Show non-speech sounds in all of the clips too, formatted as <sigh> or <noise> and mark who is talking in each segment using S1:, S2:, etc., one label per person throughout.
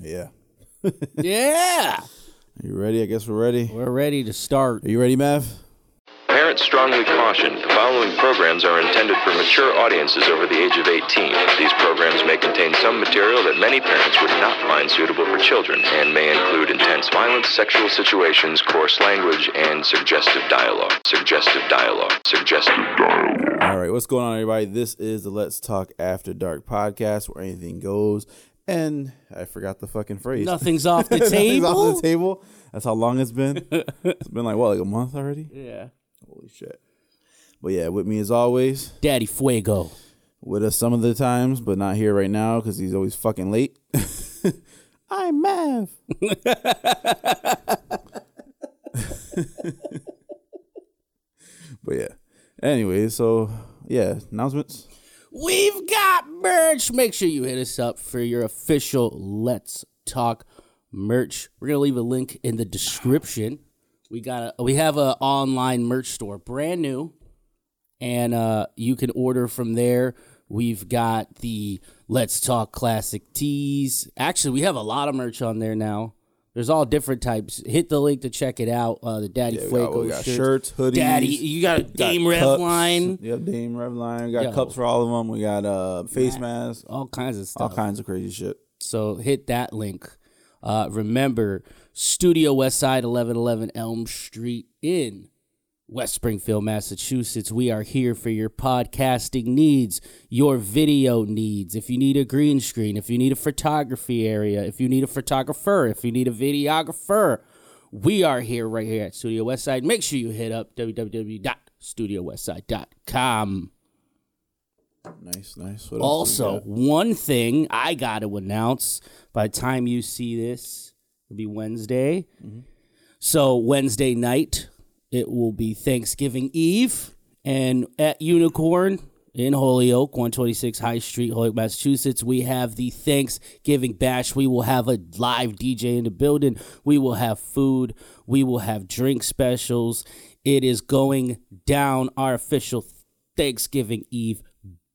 S1: Yeah.
S2: yeah.
S1: You ready? I guess we're ready.
S2: We're ready to start.
S1: Are you ready, Mav?
S3: Parents strongly caution the following programs are intended for mature audiences over the age of 18. These programs may contain some material that many parents would not find suitable for children and may include intense violence, sexual situations, coarse language, and suggestive dialogue. Suggestive dialogue. Suggestive dialogue.
S1: All right, what's going on, everybody? This is the Let's Talk After Dark podcast where anything goes. And I forgot the fucking phrase.
S2: <laughs> Nothing's off the
S1: <laughs> Nothing's
S2: table.
S1: off the table. That's how long it's been. it's been like, what, like a month already?
S2: Yeah.
S1: Holy shit. But yeah, with me as always,
S2: Daddy Fuego.
S1: with us some of the times, but not here right now because he's always fucking late. <laughs> I'm Mav. <laughs> but yeah. Anyway, so yeah, announcements.
S2: We've got merch. Make sure you hit us up for your official Let's Talk merch. We're gonna leave a link in the description. We got a we have a online merch store, brand new, and uh, you can order from there. We've got the Let's Talk classic tees. Actually, we have a lot of merch on there now. There's all different types. Hit the link to check it out. Uh, the Daddy
S1: Yeah, we got,
S2: Fuego
S1: we got
S2: shirts.
S1: shirts, hoodies.
S2: Daddy, you got
S1: got
S2: Dame Rev
S1: cups.
S2: line,
S1: Yep, Dame Revline. We got
S2: Yo.
S1: cups for all of them. We got uh face masks,
S2: all kinds of stuff.
S1: all kinds of crazy shit.
S2: So hit that link. Uh, remember, Studio Westside, 1111 Elm Street in West Springfield, Massachusetts. We are here for your podcasting needs, your video needs. If you need a green screen, if you need a photography area, if you need a photographer, if you need a videographer, we are here right here at Studio Westside. Make sure you hit up www.studiowestside.com.
S1: Nice, nice. What else do we
S2: Also,
S1: got?
S2: one thing I got to announce by the time you see this, it'll be Wednesday. So, Wednesday night, it will be Thanksgiving Eve. And at Unicorn in Holyoke, 126 High Street, Holyoke, Massachusetts, we have the Thanksgiving Bash. We will have a live DJ in the building. We will have food. We will have drink specials. It is going down our official Thanksgiving Eve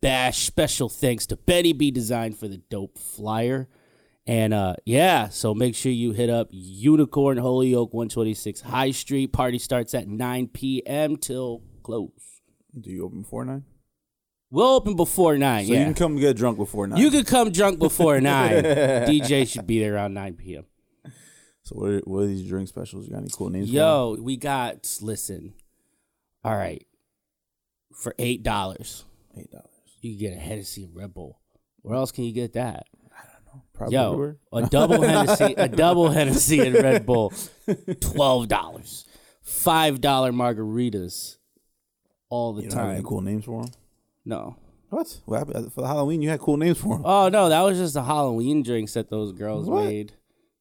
S2: bash. Special thanks to Betty B Design for the dope flyer. And uh yeah, so make sure you hit up Unicorn Holyoke 126 High Street. Party starts at 9 p.m. till close.
S1: do you open before nine?
S2: We'll open before 9.
S1: So
S2: Uh, yeah.
S1: you can come get drunk before nine.
S2: You could come drunk
S1: <laughs>
S2: before 9. DJ should be there around 9 p.m.
S1: so what are, what are these drink specials? You got any cool names? for them?
S2: Yo, we got listen. All right. For eight dollars,
S1: eight dollars.
S2: you can get a Hennessy and Red Bull. Where else can you get that?
S1: Probably.
S2: Yo,
S1: everywhere.
S2: a double Hennessy,
S1: <laughs>
S2: a double Hennessy and Red Bull, twelve dollars. Five dollar margaritas, all the
S1: You don't have any
S2: time.
S1: cool names for them?
S2: No.
S1: What? What happened Uh, for Halloween? You had cool names for them.
S2: Oh no, that was just the Halloween drinks that those girls
S1: What?
S2: made.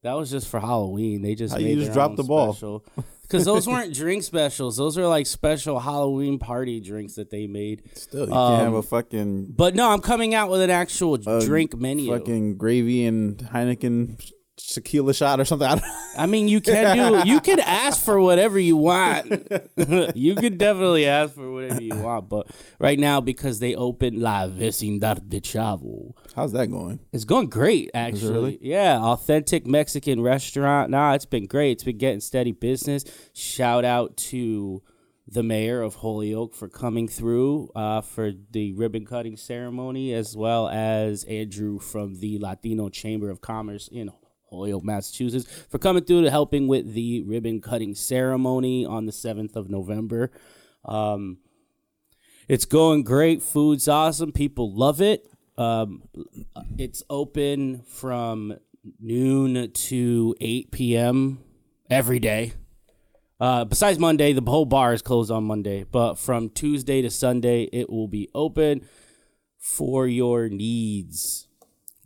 S2: That was just for Halloween. They just
S1: How you
S2: made
S1: just
S2: their
S1: dropped
S2: own
S1: the ball?
S2: special. Because
S1: <laughs>
S2: those weren't drink specials. Those were like special Halloween party drinks that they made.
S1: Still, you can't
S2: um,
S1: have a fucking
S2: But no, I'm coming out with an actual drink menu.
S1: fucking gravy and Heineken tequila shot or something. <laughs> I don't,
S2: I mean, you can do. You can ask for whatever you want. <laughs> you could definitely ask for whatever you want. But right now, because they opened La Vecindad de Chavo,
S1: how's that going?
S2: it's going great. Actually, yeah, authentic Mexican restaurant. Nah, it's been great. It's been getting steady business. Shout out to the mayor of Holyoke for coming through uh, for the ribbon cutting ceremony, as well as Andrew from the Latino Chamber of Commerce in Holyoke, Massachusetts, for coming through to helping with the ribbon cutting ceremony on the 7th of November. Um, it's going great. Food's awesome. People love it. Um, it's open from noon to 8 p.m. every day. Uh, besides Monday, the whole bar is closed on Monday, but from Tuesday to Sunday, it will be open for your needs.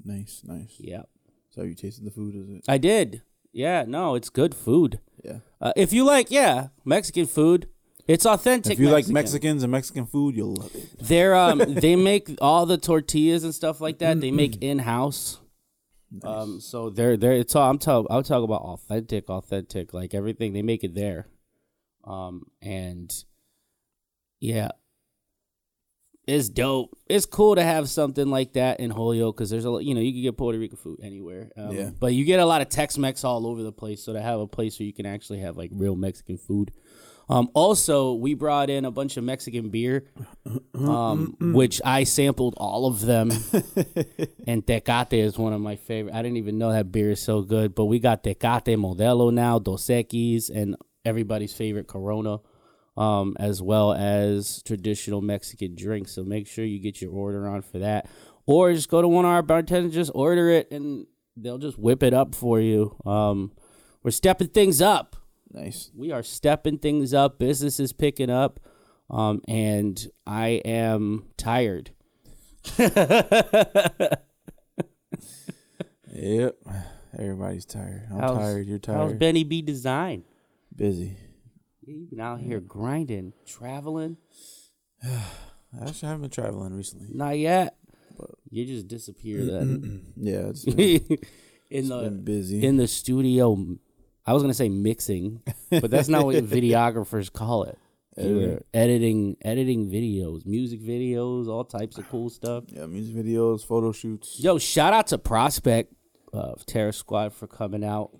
S1: Nice, nice.
S2: Yep.
S1: So you tasted the food? Is it?
S2: I did. Yeah, no, it's good food.
S1: Yeah.
S2: Uh, if you like, yeah, Mexican food, it's authentic.
S1: If you like Mexicans and Mexican food, you'll love it. <laughs>
S2: They're um they make all the tortillas and stuff like that.
S1: <clears throat>
S2: They make in house. Um, so they're they're it's all I'm talking I'll talk about authentic, authentic, like everything they make it there. Um, and yeah, It's dope. It's cool to have something like that in Holyoke because there's a lo- you know you can get Puerto Rican food anywhere, um,
S1: Yeah.
S2: but you get a lot of Tex-Mex all over the place. So to have a place where you can actually have like real Mexican food. Um, also, we brought in a bunch of Mexican beer, um, which I sampled all of them. and Tecate is one of my favorite. I didn't even know that beer is so good, but we got Tecate Modelo now, Dos Equis, and everybody's favorite Corona, um, as well as traditional Mexican drinks. So make sure you get your order on for that, or just go to one of our bartenders, just order it, and they'll just whip it up for you. Um, we're stepping things up
S1: Nice.
S2: we are stepping things up. Business is picking up, um, and I am tired. <laughs>
S1: Yep. Everybody's tired. I'm
S2: How's-
S1: tired. You're
S2: How's
S1: tired.
S2: Benny B Design?
S1: Busy.
S2: You've been out here grinding, traveling.
S1: I actually haven't been traveling recently.
S2: Not yet. You just disappear then.
S1: Mm. Yeah,
S2: <laughs>
S1: it's been,
S2: in the
S1: been busy.
S2: in the studio, I was gonna say mixing, but that's
S1: <laughs>
S2: not what videographers call it. You were editing, editing videos, music videos, all types of
S1: <sighs>
S2: cool stuff.
S1: yeah, music videos, photo shoots.
S2: Yo, shout out to Prospect of Terror Squad for coming out.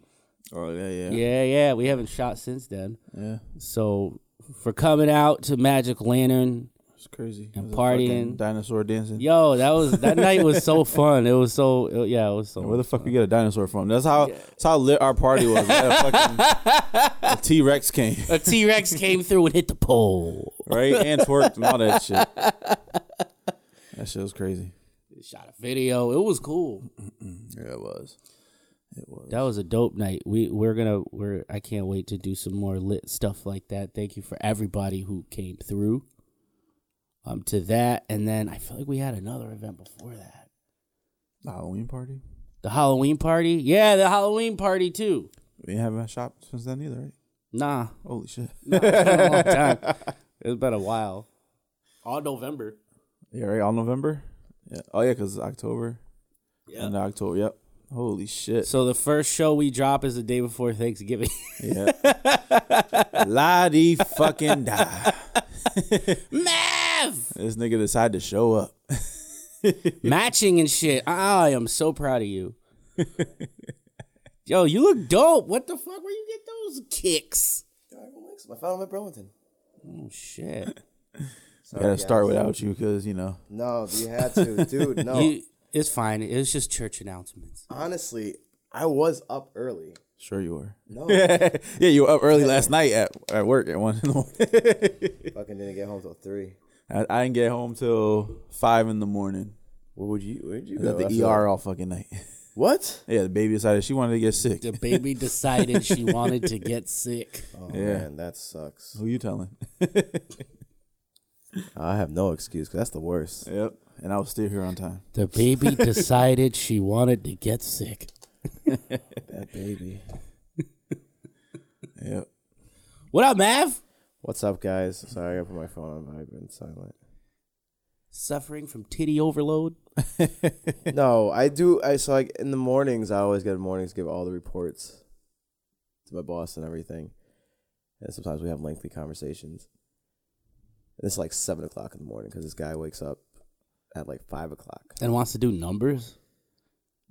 S1: Oh yeah, yeah,
S2: Yeah, yeah, we haven't shot since then.
S1: yeah.
S2: So for coming out to Magic Lantern,
S1: It's crazy. It
S2: And
S1: was a fucking
S2: partying.
S1: dinosaur dancing.
S2: yo, that was that night was so fun. It was so it- yeah, it was so.
S1: Where the fuck we get a dinosaur from? That's how that's how lit our party was. We had a fucking
S2: <laughs>
S1: T Rex came
S2: a T Rex came through and hit the pole.
S1: <laughs> right and twerked and all that shit.
S2: <laughs>
S1: That shit was crazy.
S2: Shot a video. It was cool.
S1: Yeah, it was. It was.
S2: That was a dope night. We we're gonna we're I can't wait to do some more lit stuff like that. Thank you for everybody who came through. Um, to that, and then I feel like we had another event before that.
S1: The Halloween party.
S2: The Halloween party, yeah, the Halloween party too.
S1: We haven't shopped since then either, right?
S2: Nah,
S1: Holy shit.
S2: been a long time. It's been a while. All November.
S1: <laughs> Yeah, right. All November. Yeah. Oh yeah, because October. Yeah. And October. Yep. Holy shit.
S2: <laughs> So the first show we drop is the day before Thanksgiving. <laughs>
S1: Yeah. La di fucking die.
S2: Mav!
S1: This nigga decided to show up.
S2: Matching and shit. I am so proud of you. Yo, you look dope. What the fuck? Where you get those kicks?
S4: I found him at Burlington.
S2: Oh shit.
S1: I gotta start without you because you know
S4: No, you had <laughs> to, dude. No,
S2: You- it's fine. It was just church announcements.
S4: honestly, I was up early.
S1: Sure you were.
S4: <laughs> No.
S1: <laughs> yeah, you were up early last night at, at work at one in the morning. <laughs>
S4: Fucking didn't get home till three.
S1: I, I didn't get home till five in the morning.
S4: What would you? Where'd you
S1: I was at the ER all fucking night. <laughs>
S4: What?
S1: yeah, the baby decided she wanted to get sick.
S2: The baby decided she wanted to get sick.
S4: Oh
S1: Yeah.
S4: man, that sucks.
S1: Who you telling?
S4: I have no excuse 'cause that's the worst.
S1: <laughs> yep. And I was still here on time.
S2: The baby decided she wanted to get sick.
S4: <laughs> That baby.
S1: Yep.
S2: What up, Mav?
S4: What's up, guys? Sorry, I put my phone on. I've been silent.
S2: Suffering from titty overload.
S4: no, I do. I so like in the mornings, I always get mornings give all the reports to my boss and everything, and sometimes we have lengthy conversations. And it's like seven o'clock in the morning because this guy wakes up at like five o'clock.
S2: and wants to do numbers.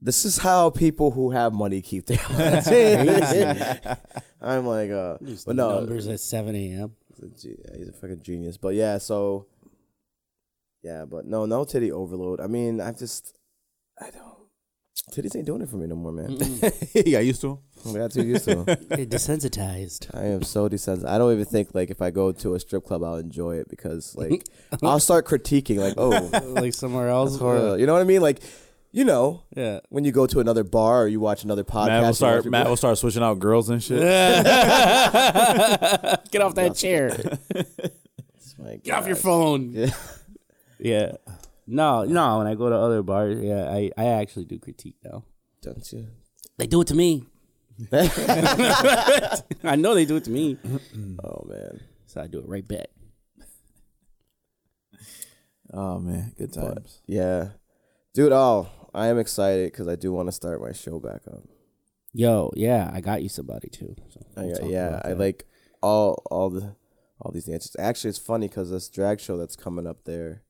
S4: This is how people who have money keep their
S2: <laughs>
S4: money. I'm like, uh, but no,
S2: numbers at seven a.m.
S4: He's a, ge- yeah, he's a fucking genius. But yeah, so yeah, but no, no titty overload. I mean, I just I don't titties ain't doing it for me no more, man.
S1: <laughs> you got used to him.
S4: I got too used
S1: <laughs>
S4: to 'em.
S2: Get desensitized.
S4: I am so desensitized. I don't even think like if I go to a strip club, I'll enjoy it because
S1: <laughs>
S4: like I'll start critiquing like, oh,
S2: like somewhere else.
S4: uh, you know what I mean? Like, you know,
S2: Yeah.
S4: when you go to another bar or you watch another podcast,
S1: Matt will
S4: you
S1: start.
S4: watch-
S1: Matt will start switching out girls and shit.
S2: <laughs> Get off that chair.
S4: It's like,
S2: Get off your phone. Yeah. No, no. When I go to other bars, yeah, I, I actually do critique now.
S4: Don't you?
S2: They do it to <laughs> me. I know they do it to me,
S1: Hmm.
S4: Oh man.
S2: so I do it right back.
S1: Oh man, good times.
S4: Yeah. Dude, oh, I am excited because I do want to start my show back up.
S2: Yo, yeah, I got you somebody too. So
S4: I
S2: we'll
S4: got-
S2: talk
S4: yeah,
S2: about
S4: I
S2: that.
S4: like all all the all these dances. Actually, it's funny because this drag show that's coming up there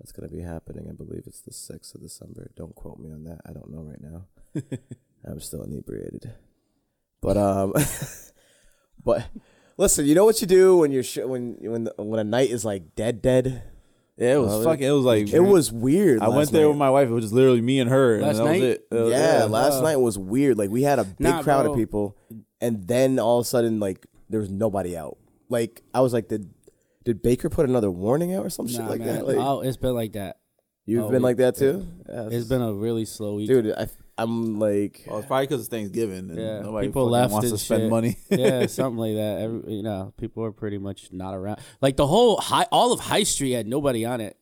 S4: That's going to be happening. I believe it's the 6th of December. Don't quote me on that. I don't know right now. I'm still inebriated. But um <laughs> but listen, you know what you do when you're sh- when when when a night is like dead dead?
S1: Yeah, Oh, it was
S4: Well,
S1: fucking. It was like
S4: It was weird.
S1: I
S4: last
S1: went there
S4: night.
S1: with my wife. It was just literally me and her.
S2: Last
S1: and that
S2: night?
S1: Was it. That was-
S4: yeah,
S1: yeah.
S4: last night was weird. Like we had a big
S2: Nah,
S4: crowd
S2: bro.
S4: of people, and then all of a sudden, like there was nobody out. Like I was like, did did Baker put another warning out or some shit
S2: Nah,
S4: like
S2: man.
S4: that? Like
S2: oh, it's been like that.
S4: you've
S2: oh,
S4: been
S2: we-
S4: like that too. Yeah,
S2: It's been a really slow week.
S4: dude. I,
S2: <laughs>
S4: I'm like,
S1: Well, Oh, it's probably because it's Thanksgiving and
S2: Yeah,
S1: nobody
S2: people
S1: fucking
S2: left
S1: wants
S2: and
S1: to spend
S2: shit.
S1: money. <laughs>
S2: yeah, something like that. Every, you know, people are pretty much not around. Like the whole high, all of High Street had nobody
S1: <laughs>
S2: on it.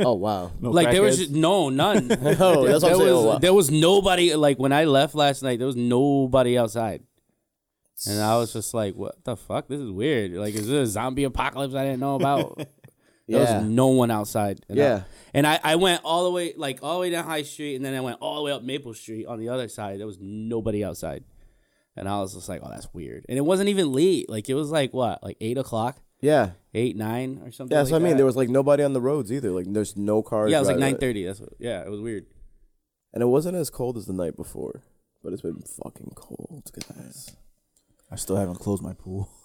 S4: oh wow.
S2: like there was
S1: crackheads?
S2: just
S1: <laughs>
S2: no none. there,
S4: Oh, that's what I'm saying.
S2: was,
S4: Oh, wow.
S2: there was nobody. Like when I left last night, there was nobody outside, and I was just like, "What the fuck? This is weird. Like, is this a zombie apocalypse I didn't know
S1: <laughs>
S2: about?" There
S4: Yeah.
S2: was no one outside. And
S4: Yeah.
S2: I, and I, I went all the way, like all the way down High Street, and then I went all the way up Maple Street on the other side. There was nobody outside. And I was just like, oh, that's weird. And it wasn't even late. Like, it was like what? Like eight o'clock?
S4: Yeah,
S2: Eight, nine or something?
S4: yeah.
S2: like
S4: So I mean,
S2: that.
S4: there was like nobody on the roads either. Like there's no cars.
S2: Yeah, it was like
S4: driving.
S2: nine thirty. That's what, yeah, it was weird.
S4: and it wasn't as cold as the night before, but it's been fucking cold, guys.
S1: I still haven't closed my pool.
S2: <laughs>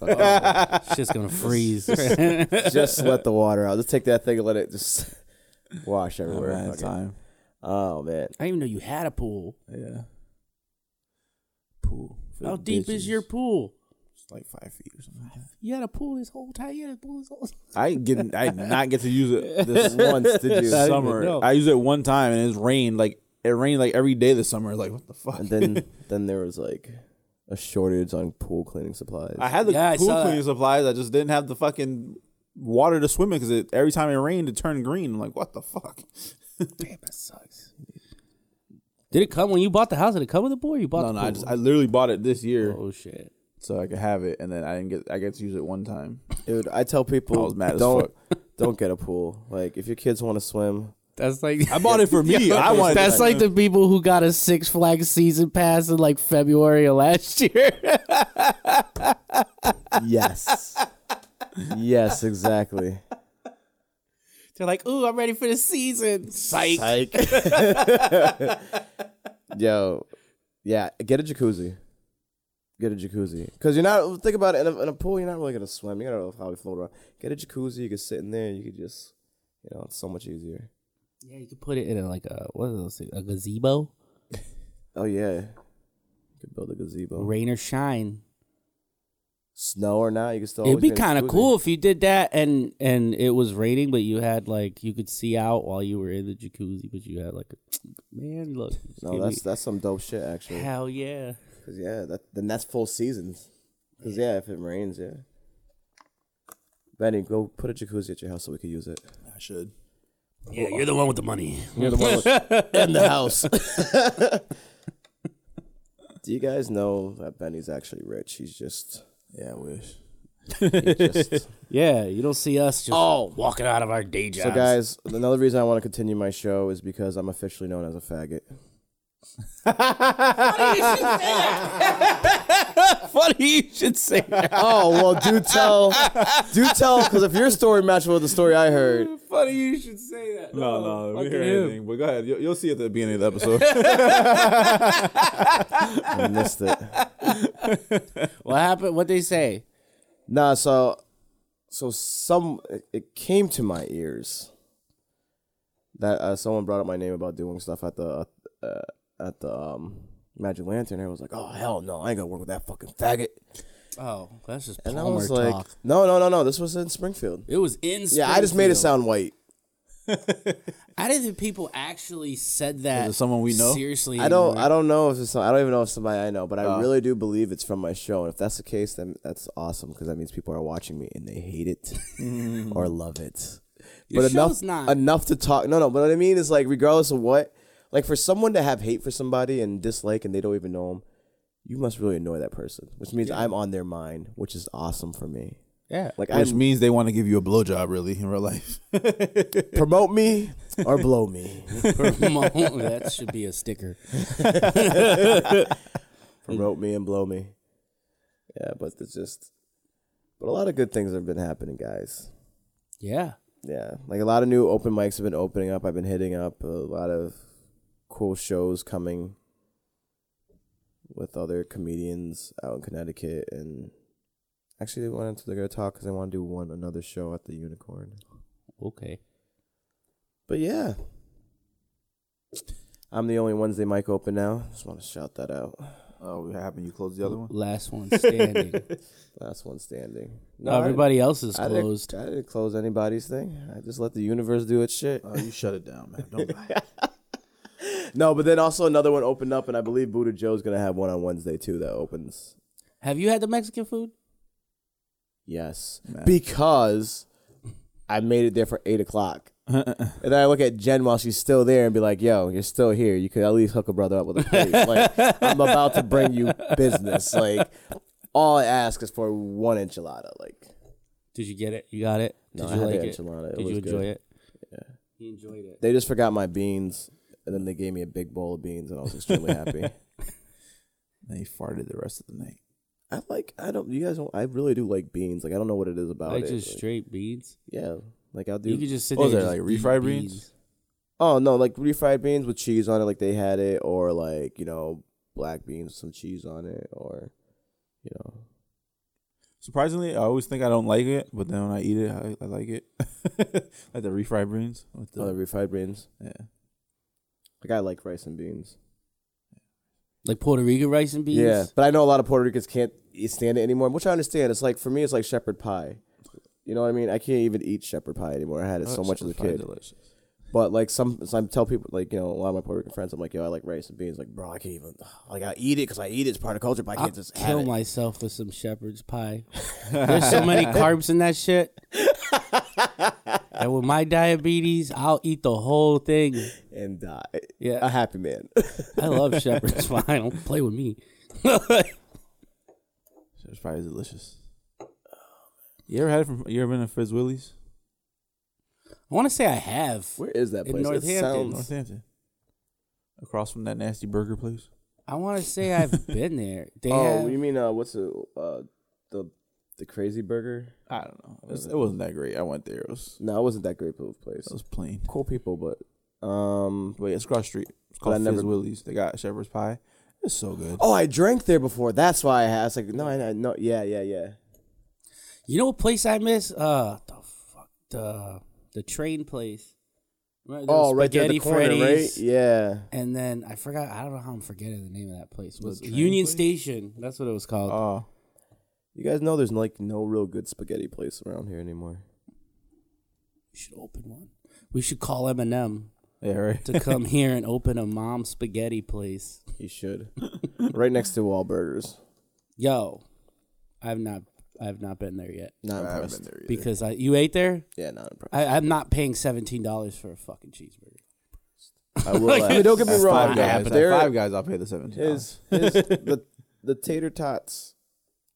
S1: <laughs>
S2: It's just gonna freeze. <laughs>
S4: just let the water out. Just take that thing and let it just <laughs> wash everywhere.
S1: Bad
S4: Fuck it.
S1: time.
S4: Oh
S2: I
S4: man.
S2: didn't even know you had a pool.
S1: Yeah. Pool. for
S2: How
S1: the
S2: deep
S1: bitches.
S2: is your pool?
S1: It's like five feet or something. like that.
S2: You had a pool this whole time. You had a pool this whole <laughs> time.
S1: I ain't getting. I did not get to use it this <laughs>
S4: Once <laughs> did you?
S2: I didn't even
S1: summer.
S2: know.
S1: I used it one time and it's rained like it rained like every day this summer. Like what the fuck? <laughs>
S4: And then then there was like a shortage on pool cleaning supplies.
S1: I had the
S2: Yeah, I
S1: pool
S2: saw
S1: cleaning
S2: that.
S1: supplies. I just didn't have the fucking water to swim in because every time it rained, it turned green. I'm like, what the fuck?
S2: Damn, that sucks. Did it come when you bought the house? Did it come with a pool? Or you bought
S1: No,
S2: the
S1: no.
S2: pool?
S1: I just I literally bought it this year
S2: oh shit.
S1: so I could have it, and then I didn't get. I get to use it one time.
S4: Dude, I tell people
S1: I was mad as
S4: don't don't get a pool. Like if your kids want to swim,
S1: <laughs>
S2: That's like
S1: I bought it
S4: <laughs>
S1: for <laughs> me. I wanted.
S2: That's like the people who got a Six Flags season pass in like February of last year. <laughs>
S4: yes. yes, exactly.
S2: They're like, "Ooh, I'm ready for the season." Psych.
S4: <laughs> Yo, yeah, get a jacuzzi. Get a jacuzzi. Because you're not, think about it, in a, in a pool, you're not really going to swim. You're going to probably float around. Get a jacuzzi, you can sit in there, you could just, you know, it's so much easier.
S2: Yeah, you could put it in a, like a what are those things? A gazebo,
S4: Oh, yeah. You could build a gazebo.
S2: rain or shine.
S4: Snow or not, you can still.
S2: It'd
S4: always
S2: be
S4: get a
S2: kind of
S4: jacuzzi.
S2: cool if you did that, and and it was raining, but you had like you could see out while you were in the jacuzzi, but you had like, a, man, look, just
S4: No,
S2: give
S4: that's
S2: me-
S4: that's some dope shit, actually.
S2: hell yeah.
S4: 'Cause, yeah, that, then that's full seasons. Because, yeah, if it rains, yeah. Benny, go put a jacuzzi at your house so we could use it.
S1: I should.
S2: Yeah, you're the one with the money.
S4: You're the one
S2: <laughs>
S4: with- in the house. Do you guys know that Benny's actually rich? He's just,
S1: Yeah, I wish.
S4: he's <laughs> just-
S2: Yeah, you don't see us just oh walking out of our day jobs.
S4: so guys. Another reason I want to continue my show is because I'm officially known as a faggot.
S2: <laughs> funny you should say that.
S4: <laughs> Oh well, do tell, do tell, because if your story matches with the story I heard,
S2: funny you should say that.
S1: No, no, we
S2: fucking
S1: hear
S2: him.
S1: anything. But go ahead. You'll, you'll see at the beginning of the episode.
S4: I missed it.
S2: What happened? What they say?
S4: Nah, so, so some it- it came to my ears that uh, someone brought up my name about doing stuff at the uh, at the um, Magic Lantern. I was like, oh hell no, I ain't gonna work with that fucking faggot.
S2: Oh, that's just
S4: And
S2: Palmer
S4: I was like,
S2: talk.
S4: no, no, no, no. This was in Springfield.
S2: It was in.
S4: Yeah, I just made it
S2: Springfield.
S4: sound white.
S2: I didn't think people actually said that.
S1: Is it someone we know?
S2: Seriously,
S4: I don't,
S2: anymore.
S4: I don't know if it's, some- I don't even know if somebody I know, but
S2: Oh.
S4: I really do believe it's from my show. And if that's the case, then that's awesome because that means people are watching me and they hate it or love it. but enough,
S2: Mm. show's not-
S4: enough to talk. No, no. But what I mean is like, regardless of what, like for someone to have hate for somebody and dislike and they don't even know them, you must really annoy that person, which means I'm on their mind, which is awesome for me.
S2: Yeah.
S4: Like
S1: <laughs>
S4: I
S1: Which means they want to give you a blowjob, really, in real life.
S4: promote me or
S2: <laughs>
S4: blow me. <laughs>
S2: Promote- that should be a sticker.
S4: promote me and blow me. Yeah, but it's just, but a lot of good things have been happening, guys.
S2: Yeah.
S4: yeah, like a lot of new open mics have been opening up. I've been hitting up a lot of cool shows coming with other comedians out in Connecticut, and actually they wanted to, they're gonna talk because they want to do one another show at the Unicorn.
S2: Okay.
S4: But yeah, I'm the only Wednesday mic open now. Just want to shout that out.
S1: Oh, what happened? You closed the other <laughs> one.
S2: Last one standing.
S4: <laughs> Last one standing.
S2: no, everybody else is
S4: I
S2: closed.
S4: Didn't, I didn't close anybody's thing. I just let the universe do its shit.
S1: Oh, you shut it down, man. Don't lie.
S4: Uh, No, but then also another one opened up, and I believe Buddha Joe's gonna have one on Wednesday too. That opens.
S2: Have you had the Mexican
S4: <laughs>
S2: food?
S4: Yes, because I made it there for eight o'clock, and
S1: <laughs>
S4: then I look at Jen while she's still there and be like, "Yo, you're still here. You could at least hook a brother up with a plate. <laughs> like, I'm about to
S2: <laughs>
S4: bring you business. Like, all I ask is for one enchilada. Like,
S2: Did you get it? You got it?
S4: No,
S2: Did
S4: I
S2: you
S4: had the
S2: like it?
S4: enchilada. It
S2: Did you
S4: was good.
S2: enjoy it? Yeah. He enjoyed it.
S4: they just forgot my beans, and then they gave me a big bowl of beans, and I was extremely happy.
S1: And he farted the rest of the night.
S4: <laughs> I like. I don't. You guys don't. I really do like beans. Like, I don't know what it is about
S2: Like
S4: it.
S2: just
S4: Like,
S2: straight beans.
S4: yeah. Like I'll do.
S2: You could just sit
S1: What was
S2: there.
S1: that,
S2: and
S1: like
S2: just
S1: refried
S2: eat
S1: beans?
S4: Oh no, like refried beans with cheese on it, like they had it, or like you know black beans with some cheese on it, or you know
S1: Surprisingly, I always think I don't like it, but then when I eat it, I, I like it. <laughs> like the refried beans. With Oh, the,
S4: other refried beans.
S1: yeah.
S4: Like I like rice and beans.
S2: Like Puerto Rican rice and beans?
S4: Yeah, but I know a lot of Puerto Ricans can't eat- stand it anymore, which I understand. It's like for me, it's like shepherd pie. You know what I mean? I can't even eat shepherd pie anymore. I had it so much as a
S1: Fried
S4: kid.
S1: Oh, Delicious.
S4: But like some, some tell people like you know a lot of my Puerto Rican friends, I'm like yo, I like rice and beans. Like bro, I can't even like I eat it because I eat it. It's part of culture, but I
S2: I'll
S4: can't just have
S2: kill
S4: it.
S2: myself with some shepherd's
S4: <laughs>
S2: pie. There's so many carbs in that shit. and with my diabetes, I'll eat the whole thing.
S4: and die.
S2: Yeah.
S4: a happy man. <laughs>
S2: I love shepherd's pie. Don't play with me. <laughs>
S1: It's probably delicious. You ever had it from? You ever been to Fritz Willie's?
S2: I want to say I have.
S4: Where is that
S2: In
S4: place? it
S2: Northampton.
S4: sounds
S1: Northampton, across from that nasty burger place.
S2: I want to say I've been there. They
S4: <laughs> Oh,
S2: have-
S4: you mean uh, what's the uh, the the crazy burger?
S1: I don't know. It, was, it wasn't that great. I went there. It was
S4: No, it wasn't that great of a place.
S1: it was plain.
S4: Cool people, but um.
S1: But yeah, it's cross street. It's
S4: I
S1: called
S4: never-
S1: Fizz Willie's. They got shepherd's pie. It's so good.
S4: Oh, I drank there before. That's why I had. I was like, no, I, I no, yeah, yeah, yeah.
S2: You know what place I miss? Uh, the fuck the the train place. Remember those
S4: Oh, right there, in the
S2: spaghetti
S4: corner,
S2: Freddy's?
S4: right? Yeah.
S2: And then I forgot. I don't know how I'm forgetting the name of that place. It was Union Station? That's what it was called.
S1: Oh,
S4: You guys know there's like no real good spaghetti place around here anymore.
S2: we should open one. We should call Eminem
S1: yeah, right. <laughs>
S2: to come here and open a mom spaghetti place.
S4: You should. right next to Wahlburgers.
S2: Yo, I've not I've not been there yet
S4: Not
S1: I haven't
S4: impressed.
S1: been there either.
S2: because I you ate there.
S4: Yeah,
S2: <laughs>
S4: not impressed.
S2: I, I'm not paying seventeen dollars for a fucking cheeseburger. <laughs>
S4: I will. I mean, don't get me
S1: At
S4: wrong.
S1: Five guys. At
S4: There-
S1: five guys. I'll pay the seventeen.
S4: his,
S1: <laughs> dollars.
S4: his the the tater tots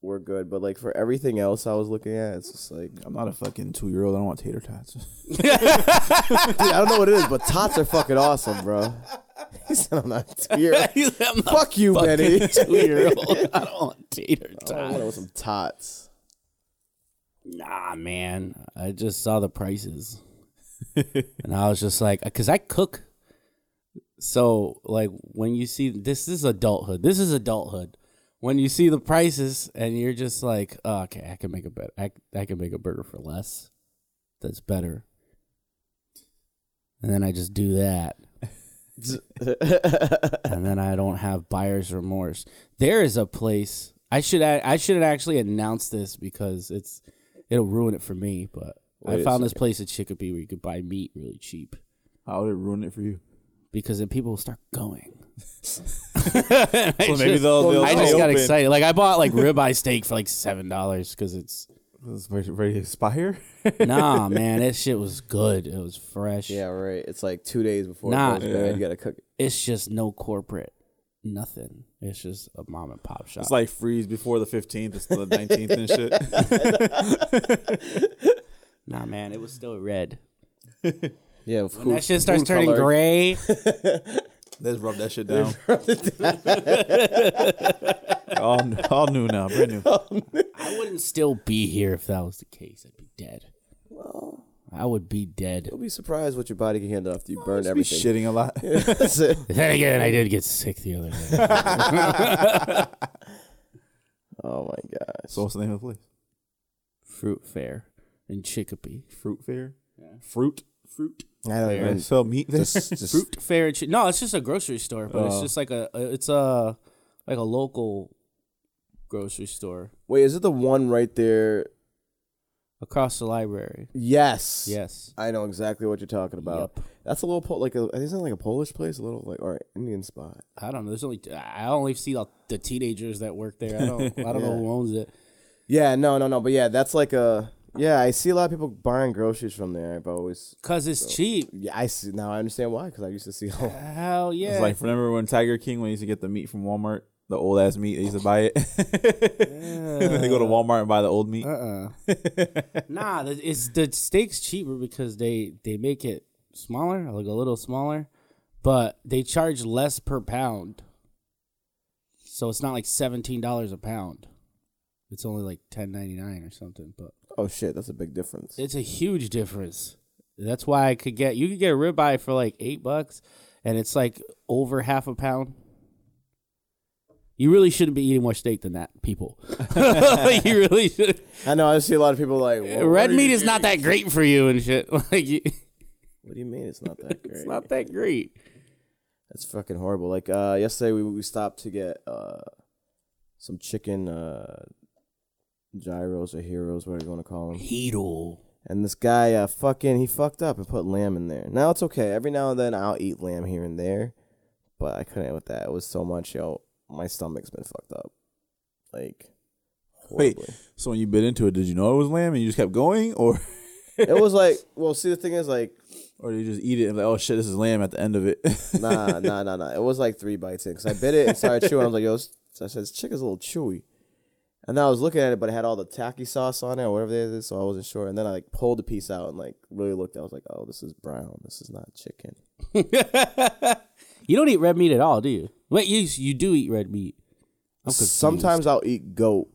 S4: were good, but like for everything else I was looking at, it's just like
S1: I'm not a fucking two year old. I don't want tater tots. <laughs>
S4: Dude, I don't know what it is, but tots are fucking awesome, bro. <laughs> He said I'm not
S2: <laughs>
S4: here.
S2: I'm not
S4: Fuck
S2: <laughs>
S4: you, Benny.
S2: two
S4: <laughs>
S2: year old.
S1: <laughs>
S2: I don't want tater
S4: I
S2: tots.
S4: want some tots.
S2: Nah, man. I just saw the prices. <laughs> and I was just like, because I cook. So, like, when you see this, this is adulthood. This is adulthood. When you see the prices and you're just like, oh, okay, I can make a better, I, I can make a burger for less. That's better. And then I just do that. and then I don't have buyer's remorse. There is a place I should a- I should actually announce this because it's it'll ruin it for me. But
S1: Oh,
S4: Wait
S2: I
S4: a
S2: found this place at Chicopee where you could buy meat really cheap
S1: How would it ruin it for you?
S2: because then people will start
S1: <laughs>
S2: going. so
S1: maybe
S2: <laughs>
S1: they'll- they'll
S2: I just
S1: stay open.
S2: got excited. Like I bought like ribeye steak for like seven dollars because it's
S1: <laughs> Is ready ready to <laughs> expire?
S2: nah, man, that shit was good. It was fresh.
S4: Yeah, right. It's like two days before
S2: Nah.
S4: it goes bad. You gotta cook it.
S2: It's just no corporate, nothing. It's just a mom and pop shop.
S1: It's like freeze before the 15th. It's the 19th and <laughs> shit.
S2: nah, man, it was still red.
S4: Yeah,
S2: When that shit starts turning
S1: <laughs>
S2: gray.
S1: Let's rub that shit down. <laughs> all, all new now, <laughs> brand new.
S2: I wouldn't still be here if that was the case. I'd be dead. Well, I would be dead.
S4: You'll be surprised what your body can handle after you burn
S1: Just Oh, be
S4: everything.
S1: shitting a <laughs> lot.
S4: <laughs> That's it.
S2: Then again, I did get sick the other day.
S1: <laughs>
S4: Oh my gosh.
S1: so what's the name of the place?
S2: Fruit Fair in Chicopee.
S1: Fruit Fair. Fruit. Fruit.
S4: I don't
S1: They
S4: even.
S1: sell meat there.
S4: <laughs> Just, just
S2: Fruit Fair in Chi- No, it's just a grocery store, but it's
S1: Oh.
S2: just like a a- it's a like a local grocery store
S4: wait. Is it the one right there?
S2: across the library.
S4: Yes.
S2: Yes.
S4: I know exactly what you're talking about. That's a little po- like a isn't it like a Polish place, a little like or Indian spot.
S2: I don't know. There's only I only see the, the teenagers that work there. I don't
S1: <laughs>
S2: I don't know who owns it.
S4: Yeah, no, no, no. But yeah, that's like a yeah. I see a lot of people buying groceries from there. I've always
S2: Cause it's cheap.
S4: yeah. I see now. I understand why because I used to see. all <laughs>
S2: Hell yeah.
S1: Oh. It's like remember when Tiger King when he used to get the meat from Walmart, the old ass meat they used to buy it. <laughs> Then they go to Walmart and buy the old meat.
S4: Oh,
S2: Uh-uh. nah, the, it's the steak's cheaper because they they make it smaller, like a little smaller, but they charge less per pound. So it's not like seventeen dollars a pound. It's only like ten ninety nine or something, but
S4: Oh shit, that's a big difference.
S2: it's a huge difference. That's why I could get you could get a ribeye for like eight bucks, and it's like over half a pound. You really shouldn't be eating more steak than that, people. <laughs> you really should.
S4: I know. I see a lot of people like well, what
S2: Uh, Red
S4: do you-
S2: meat is not that great for you and shit. <laughs> Like you,
S4: What do you mean it's not that
S2: <laughs>
S4: great?
S2: it's not that great.
S4: That's fucking horrible. Like uh, yesterday, we we stopped to get uh, some chicken uh, gyros or heroes, whatever you want to call them.
S2: Heedle.
S4: And this guy, uh, fucking, he fucked up and put lamb in there. Now it's okay. Every now and then I'll eat lamb here and there, but I couldn't with that. It was so much, yo. My stomach's been fucked up, like.
S1: Wait.
S4: horribly.
S1: So when you bit into it, did you know it was lamb and you just kept going, or
S4: it was like, well, see, the thing is, like,
S1: or did you just eat it and be like, oh shit, this is lamb at the end of it? <laughs>
S4: nah, nah, nah, nah. It was like three bites in because I bit it and started chewing. I was like, yo, this, I said, this chicken's a little chewy. And then I was looking at it, but it had all the tacky sauce on it or whatever it is, so I wasn't sure. And then I like pulled a piece out and like really looked. I was like, oh, this is brown. This is not chicken.
S2: You don't eat red meat at all, do you? Wait, you you do eat red meat. I'm confused.
S4: <laughs> Sometimes I'll eat goat.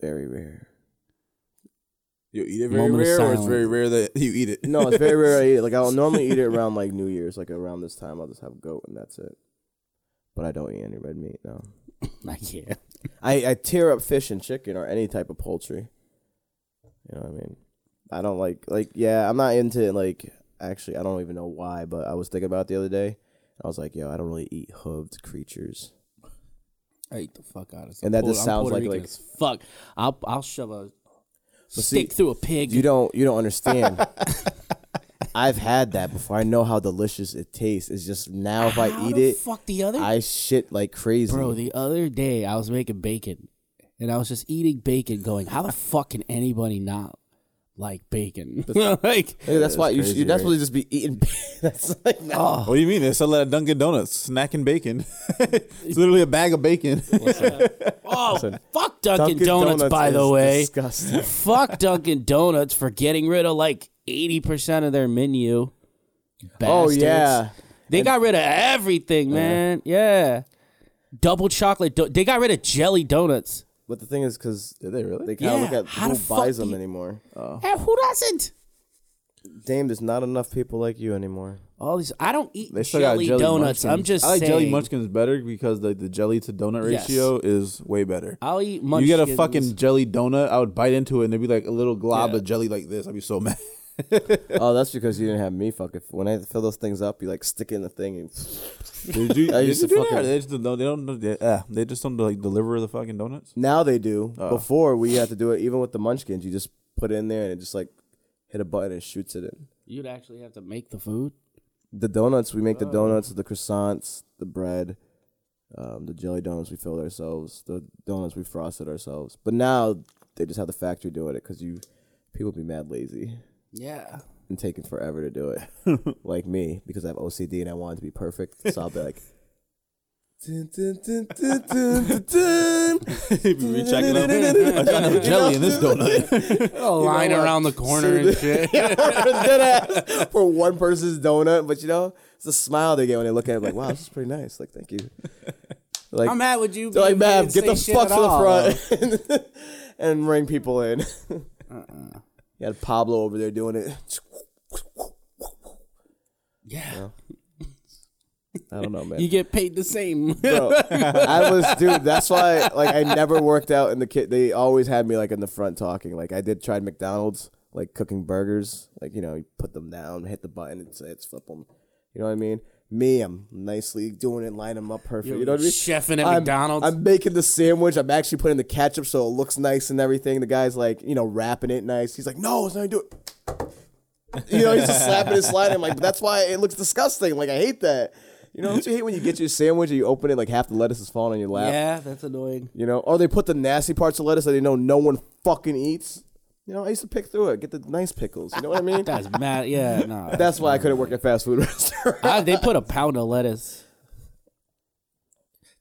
S4: Very rare.
S1: you eat it very
S2: Moment of
S1: rare, or it's
S2: silence.
S1: very rare that <laughs> you eat it.
S4: No, it's
S1: <laughs>
S4: very rare I eat it. Like I'll normally eat it around like New Year's, like around this time. I'll just have goat and that's it. But I don't eat any red meat. No,
S2: I can't.
S4: I I tear up fish and chicken or any type of poultry. You know what I mean? I don't like like yeah. I'm not into like actually. I don't even know why, but I was thinking about it the other day. I was like, yo, I don't really eat hooved creatures.
S2: I eat the fuck out of.
S4: And that
S2: I'm
S4: just
S2: Puerto- I'm
S4: sounds
S2: Puerto
S4: like-
S2: Rican
S4: like-
S2: as fuck. I'll I'll shove a stick
S4: see,
S2: through a pig.
S4: You don't you
S2: <laughs>
S4: don't understand. I've had that before. I know how delicious it tastes. It's just now if
S2: How
S4: I eat
S2: the
S4: it,
S2: Fuck the other
S4: I shit like crazy.
S2: Bro, the other day I was making bacon and I was just eating bacon going, how the fuck can anybody not like bacon? <laughs> like,
S4: Hey, that's why you
S1: crazy,
S4: should, that's
S1: right?
S4: what you just be eating. <laughs> that's like no.
S2: oh,
S1: What do you mean? They sell it at Dunkin' Donuts, snack and bacon. <laughs>
S2: <laughs>
S1: it's literally a bag of bacon. <laughs>
S2: oh fuck Dunkin' Donuts, by the
S4: is
S2: way. <laughs>
S4: disgusting. <laughs>
S2: fuck Dunkin' Donuts for getting rid of like 80% of their menu.
S4: oh
S2: Bastards.
S4: yeah,
S2: They got rid of everything, man. Yeah. Double chocolate. Do- they got rid of jelly donuts.
S4: but the thing is, because
S1: Did they really?
S4: they kind of
S2: Yeah,
S4: look at
S2: how
S4: who
S2: the fuck
S4: buys
S2: do
S4: them
S2: you-
S4: anymore.
S2: Eh, who doesn't?
S4: Damn, there's not enough people like you anymore.
S2: All these. I don't eat
S1: They still
S2: jelly,
S1: got jelly
S2: donuts. I'm
S1: munchkins.
S2: just
S1: I like
S2: saying.
S1: jelly munchkins better because the, the jelly to donut
S2: Yes.
S1: ratio is way better.
S2: I'll eat
S1: you
S2: munchkins.
S1: get a fucking jelly donut, I would bite into it and there'd be like a little glob of jelly like this. I'd be so <laughs> mad.
S4: <laughs> oh, that's because you didn't have me. Fuck if when I fill those things up, you like stick it in the thing. And, <laughs>
S1: Did you,
S4: I used
S1: did
S4: to
S1: you do
S4: fucking-
S1: that? They just don't. They don't. They, uh, they just don't like deliver the fucking donuts.
S4: now they do. Before we had to do it, even with the Munchkins, you just put it in there and it just like hit a button and shoots it in.
S2: You'd actually have to make the food.
S4: The donuts we make the donuts, the croissants, the bread, um, the jelly donuts we filled ourselves, the donuts we frosted ourselves. But now they just have the factory doing it because you people be mad lazy
S2: Yeah.
S4: and taking forever to do it, like me because I have OCD and I want it to be perfect. So I'll be like. dun, dun, dun, dun, dun, dun, dun.
S1: Rechecking up. <laughs> I got no jelly in this donut. <laughs>
S2: line
S4: know what?
S2: around the corner and shit.
S4: Deadass. for one person's donut, but you know, it's the smile they get when they look at it like, wow, this is pretty nice. Like, thank you. Like,
S2: I'm mad with you.
S4: they're like,
S2: being mad
S4: Mav,
S2: and
S4: get the
S2: say shit
S4: fuck <laughs>
S2: at
S4: to the
S2: all." Uh-uh.
S4: front and ring people in. uh <laughs> You had Pablo over there doing it.
S2: Yeah.
S4: I don't know, man.
S2: You get paid the same.
S4: Bro, <laughs> I was, dude. That's why, like, I never worked out in the kit. They always had me like in the front talking. Like, I did try McDonald's, like cooking burgers. Like, you know, you put them down, hit the button, and say it's flip them. You know what I mean? Me, I'm nicely doing it, line them up perfect. you know what I mean?
S2: Chefing at
S4: I'm,
S2: McDonald's.
S4: I'm making the sandwich. I'm actually putting the ketchup so it looks nice and everything. The guy's like, you know, wrapping it nice. He's like, no, it's not do it. You know, he's just slapping and sliding. I'm like, that's why it looks disgusting. Like, I hate that. You know, don't you hate when you get your sandwich and you open it like half the lettuce is falling on your lap?
S2: yeah, that's annoying.
S4: You know, or they put the nasty parts of lettuce that they know no one fucking eats. You know, I used to pick through it, get the nice pickles. You know what
S2: <laughs>
S4: I mean?
S2: That's mad. Yeah, no.
S4: That's why I couldn't work at a fast food <laughs> restaurant.
S2: Ah, they put a pound of lettuce.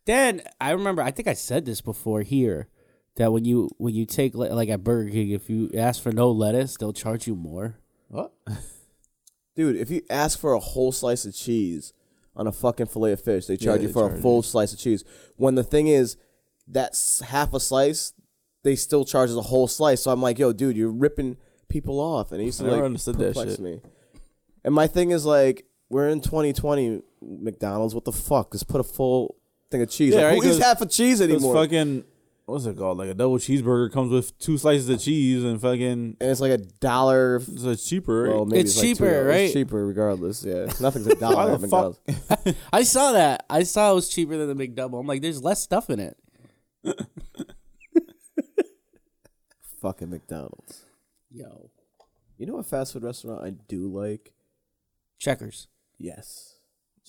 S2: Then I remember. I think I said this before here that when you when you take le- like at Burger King, if you ask for no lettuce, they'll charge you more.
S4: Dude, if you ask for a whole slice of cheese on a fucking fillet of fish, they charge you
S1: they
S4: for
S1: charge
S4: a full slice of cheese. When the thing is, that's half a slice, they still charge us a whole slice. So I'm like, yo, dude, you're ripping people off. And he used to
S1: I never
S4: like
S1: understood that
S4: perplex
S1: shit.
S4: me. And my thing is like, we're in 2020, McDonald's. What the fuck? Just put a full thing of cheese.
S1: Yeah,
S4: like,
S1: right,
S4: who eats
S1: 'cause
S4: half a cheese
S1: It's
S4: anymore?
S1: fucking what's it called? Like a double cheeseburger comes with two slices of cheese and fucking
S4: and it's like a dollar.
S1: so it's cheaper.
S4: Well, maybe it's,
S2: It's
S4: like
S2: cheaper,
S4: $2. It's
S2: right?
S4: cheaper, regardless. Yeah,
S1: <laughs>
S4: nothing's a dollar
S1: the
S4: at
S1: fuck-
S4: McDonald's.
S2: I saw that. I saw it was cheaper than the McDouble. I'm like, there's less stuff in it.
S4: Fucking McDonald's.
S2: Yo,
S4: You know what fast food restaurant I do like?
S2: checkers.
S4: Yes.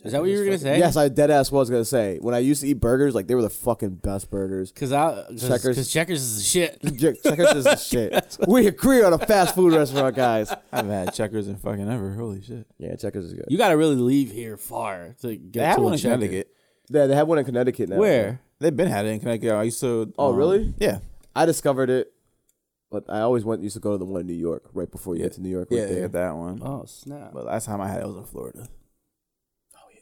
S2: Is that what you were gonna say?
S4: Yes, I dead ass was gonna say. When I used to eat burgers, like they were the fucking best burgers. <laughs>
S2: Cause I cause,
S4: Checkers.
S2: checkers. Cause checkers is the shit.
S4: Check- Checkers is
S2: <laughs>
S4: the shit. We agree on a fast food restaurant, guys.
S1: I haven't had checkers in fucking ever. Holy shit!
S4: Yeah, Checkers is good.
S2: You gotta really leave here far to get
S1: They had
S2: to
S1: one
S2: a
S1: in
S2: checker.
S1: Connecticut.
S4: Yeah, they have one in Connecticut now.
S2: Where?
S1: They've been had it in Connecticut. I used to.
S4: Oh,
S1: um,
S4: really?
S1: Yeah.
S4: I discovered it, but I always went used to go to the one in New York right before you get to New York. Right
S1: yeah, they
S4: there.
S1: got that one.
S2: Oh snap!
S1: But last time I had it was in Florida.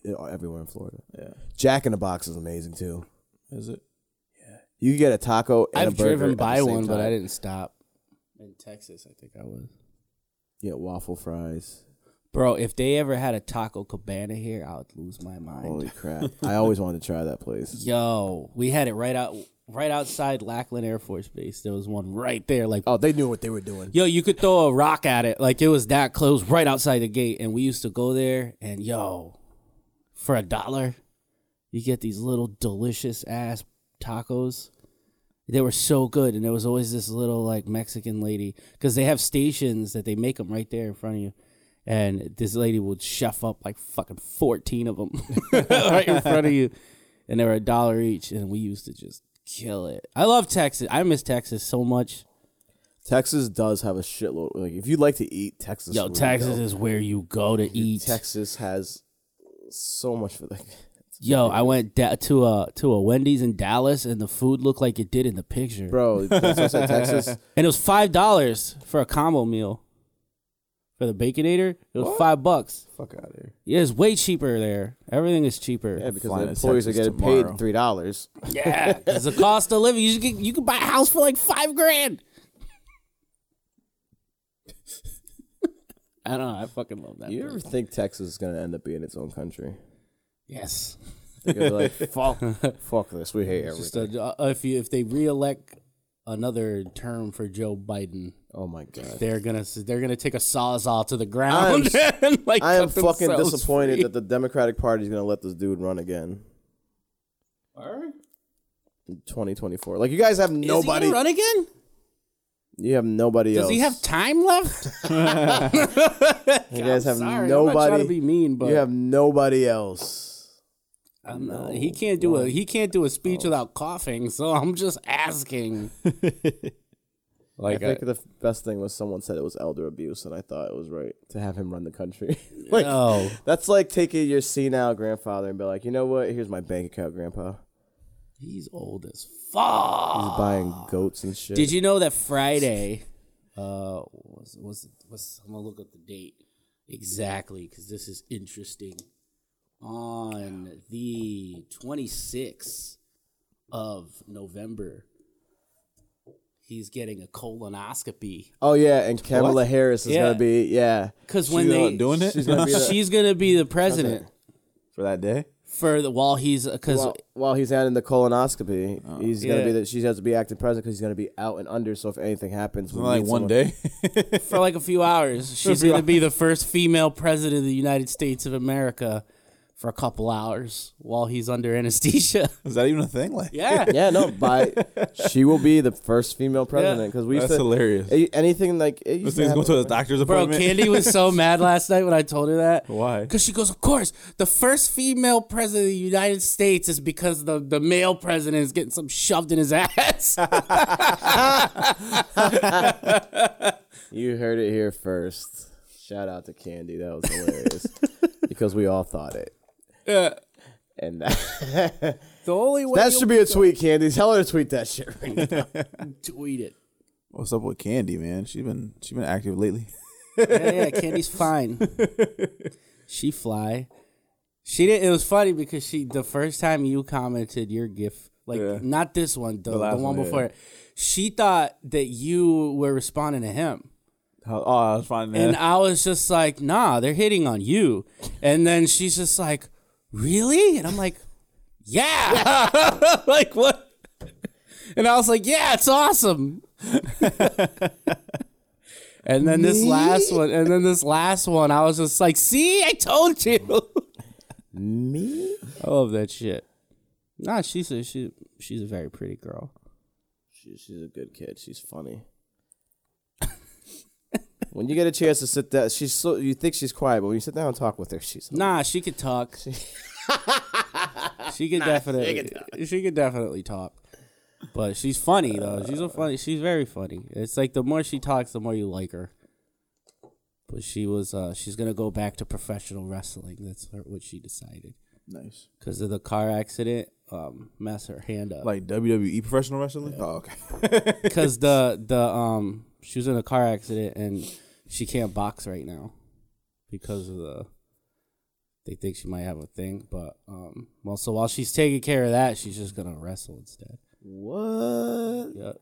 S4: They are everywhere in Florida.
S1: Yeah.
S4: Jack in the Box is amazing too.
S1: Is it?
S4: You can get a taco and a
S2: I've
S4: burger.
S2: driven
S4: at the
S2: by
S4: same
S2: one, but I
S4: time.
S2: didn't stop. In Texas, I think I was.
S4: You get waffle fries.
S2: Bro, if they ever had a taco cabana here, I would lose my mind. <laughs>
S4: Holy crap! I always wanted to try that place.
S2: Yo, we had it right out right outside Lackland Air Force Base. There was one right there. Like
S4: Oh, they knew what they were doing.
S2: yo, you could throw a rock at it. Like it was that close right outside the gate. And we used to go there and yo, for a dollar, you get these little delicious ass tacos. They were so good, and there was always this little like Mexican lady because they have stations that they make them right there in front of you, and this lady would chef up like fucking fourteen of them <laughs> right in front of you, and they were a dollar each, and we used to just kill it. I love Texas. I miss Texas so much.
S4: Texas does have a shitload. Like, if you'd like to eat, Texas.
S2: Yo,
S4: would
S2: Texas
S4: go.
S2: is where you go to eat.
S4: Texas has so much for the. <laughs>
S2: Yo, I went da- to a to a Wendy's in Dallas, and the food looked like it did in the picture.
S4: Bro, that's what I said, <laughs> Texas.
S2: And it was five dollars for a combo meal. For the Baconator, it was five bucks.
S1: Fuck out of here.
S2: Yeah, it's way cheaper there. Everything is cheaper.
S4: Yeah, because
S1: Flying
S4: the
S1: to
S4: employees are
S1: Texas
S4: getting
S1: tomorrow.
S4: paid three dollars.
S2: Yeah, <laughs> because the cost of living, you can you can buy a house for like five
S4: <laughs>
S2: grand. I don't know. I fucking love that.
S4: You ever
S2: place.
S4: think Texas is gonna end up being its own country?
S2: Yes.
S4: They're gonna be
S2: <laughs>
S4: like, fuck, fuck this. We hate
S2: Just
S4: everything.
S2: uh, if you if they reelect another term for Joe Biden,
S4: oh my god.
S2: they're gonna they're gonna take a sawzall to the ground. <laughs> and, like,
S4: I am
S2: cut
S4: fucking
S2: themselves
S4: disappointed
S2: free.
S4: that the Democratic Party is gonna let this dude run again. All right. Twenty twenty four. Like you guys have
S2: Is he
S4: nobody.
S2: gonna run again?
S4: You have nobody
S2: Does
S4: else.
S2: he have time
S4: <laughs>
S2: left? <laughs>
S4: You guys have
S2: Sorry,
S4: nobody.
S2: I'm not trying to be mean, but
S4: you have nobody else.
S2: I'm not- he can't do a he can't do a speech without coughing. So I'm just asking.
S4: <laughs>
S2: like
S4: I
S2: I
S4: think the best thing was someone said it was elder abuse, and I thought it was right to have him run the country. <laughs> like
S2: no.
S4: that's like taking your senile grandfather and be like, you know what? Here's my bank account, grandpa.
S2: he's old as
S4: He's
S2: fuck.
S4: buying goats and shit.
S2: Did you know that Friday? Uh, was was was I'm gonna look up the date exactly because this is interesting. On the 26th of November, he's getting a colonoscopy.
S4: Oh yeah, and Kamala Harris is
S2: Yeah.
S4: gonna be yeah
S2: Because
S1: She's
S2: when they
S1: not doing it
S4: she's gonna <laughs> be the-
S2: she's gonna be the president
S1: for that day.
S2: for the while he's because <laughs>
S4: while, while he's out in the colonoscopy. he's gonna be that she has to be acting president because he's gonna be out and under. So if anything happens, we
S1: Like
S4: need
S1: one
S4: someone-
S1: day. <laughs>
S2: for like a few hours she's gonna be the first female president of the United States of America for a couple hours while he's under anesthesia.
S1: is that even a thing? Like
S2: <laughs> yeah.
S4: Yeah, no, by she will be the first female president because we used
S1: that's
S4: to
S1: hilarious.
S4: a- anything like it
S1: This
S4: used to
S1: thing's going to
S4: happen-
S1: the doctor's
S2: Bro,
S1: appointment. <laughs>
S2: <laughs> Candy was so mad last night when I told her that.
S1: Why?
S2: Because she goes, Of course, the first female president of the United States is because the, the male president is getting some shoved in his <laughs> ass.
S4: You heard it here first. Shout out to Candy. That was <laughs> hilarious because we all thought it.
S2: Yeah.
S4: And <laughs> that,
S2: The only way
S4: that should be a tweet, Candy. Tell her to tweet that shit right now.
S2: you <laughs> tweet it.
S1: What's up with Candy, man? She's been she's been active lately. <laughs>
S2: Yeah, yeah, Candy's fine. she fly. She did. It was funny because she the first time you commented your gif, like
S1: Yeah.
S2: not this one, the, the,
S1: last
S2: one,
S1: one, yeah.
S2: before, it, she thought that you were responding to him.
S1: How- Oh, I was finding
S2: And
S1: that.
S2: I was just like, nah, they're hitting on you. And then she's just like, really? And I'm like, yeah. <laughs> like, what? And I was like, yeah, it's awesome. <laughs> and then this last one, and then this last one, I was just like, see, I told you.
S4: Me?
S2: I love that shit. Nah, she's a, she, she's a very pretty girl.
S4: She, she's a good kid. She's funny. <laughs> when you get a chance to sit down, she's so you think she's quiet, but when you sit down and talk with her, she's
S2: Nah, she could talk. she could definitely she could, definitely talk. But she's funny though. She's a funny. She's very funny. It's like the more she talks, the more you like her. But she was uh she's going to go back to professional wrestling. That's her, what she decided
S1: nice.
S2: cuz of the car accident um mess her hand up.
S1: Like WWE professional wrestling. Oh, okay.
S2: cuz
S4: <laughs>
S2: the the um she was in a car accident and she can't box right now because of the they think she might have a thing, but um well so while she's taking care of that, she's just going to wrestle instead.
S4: what?
S2: Yep.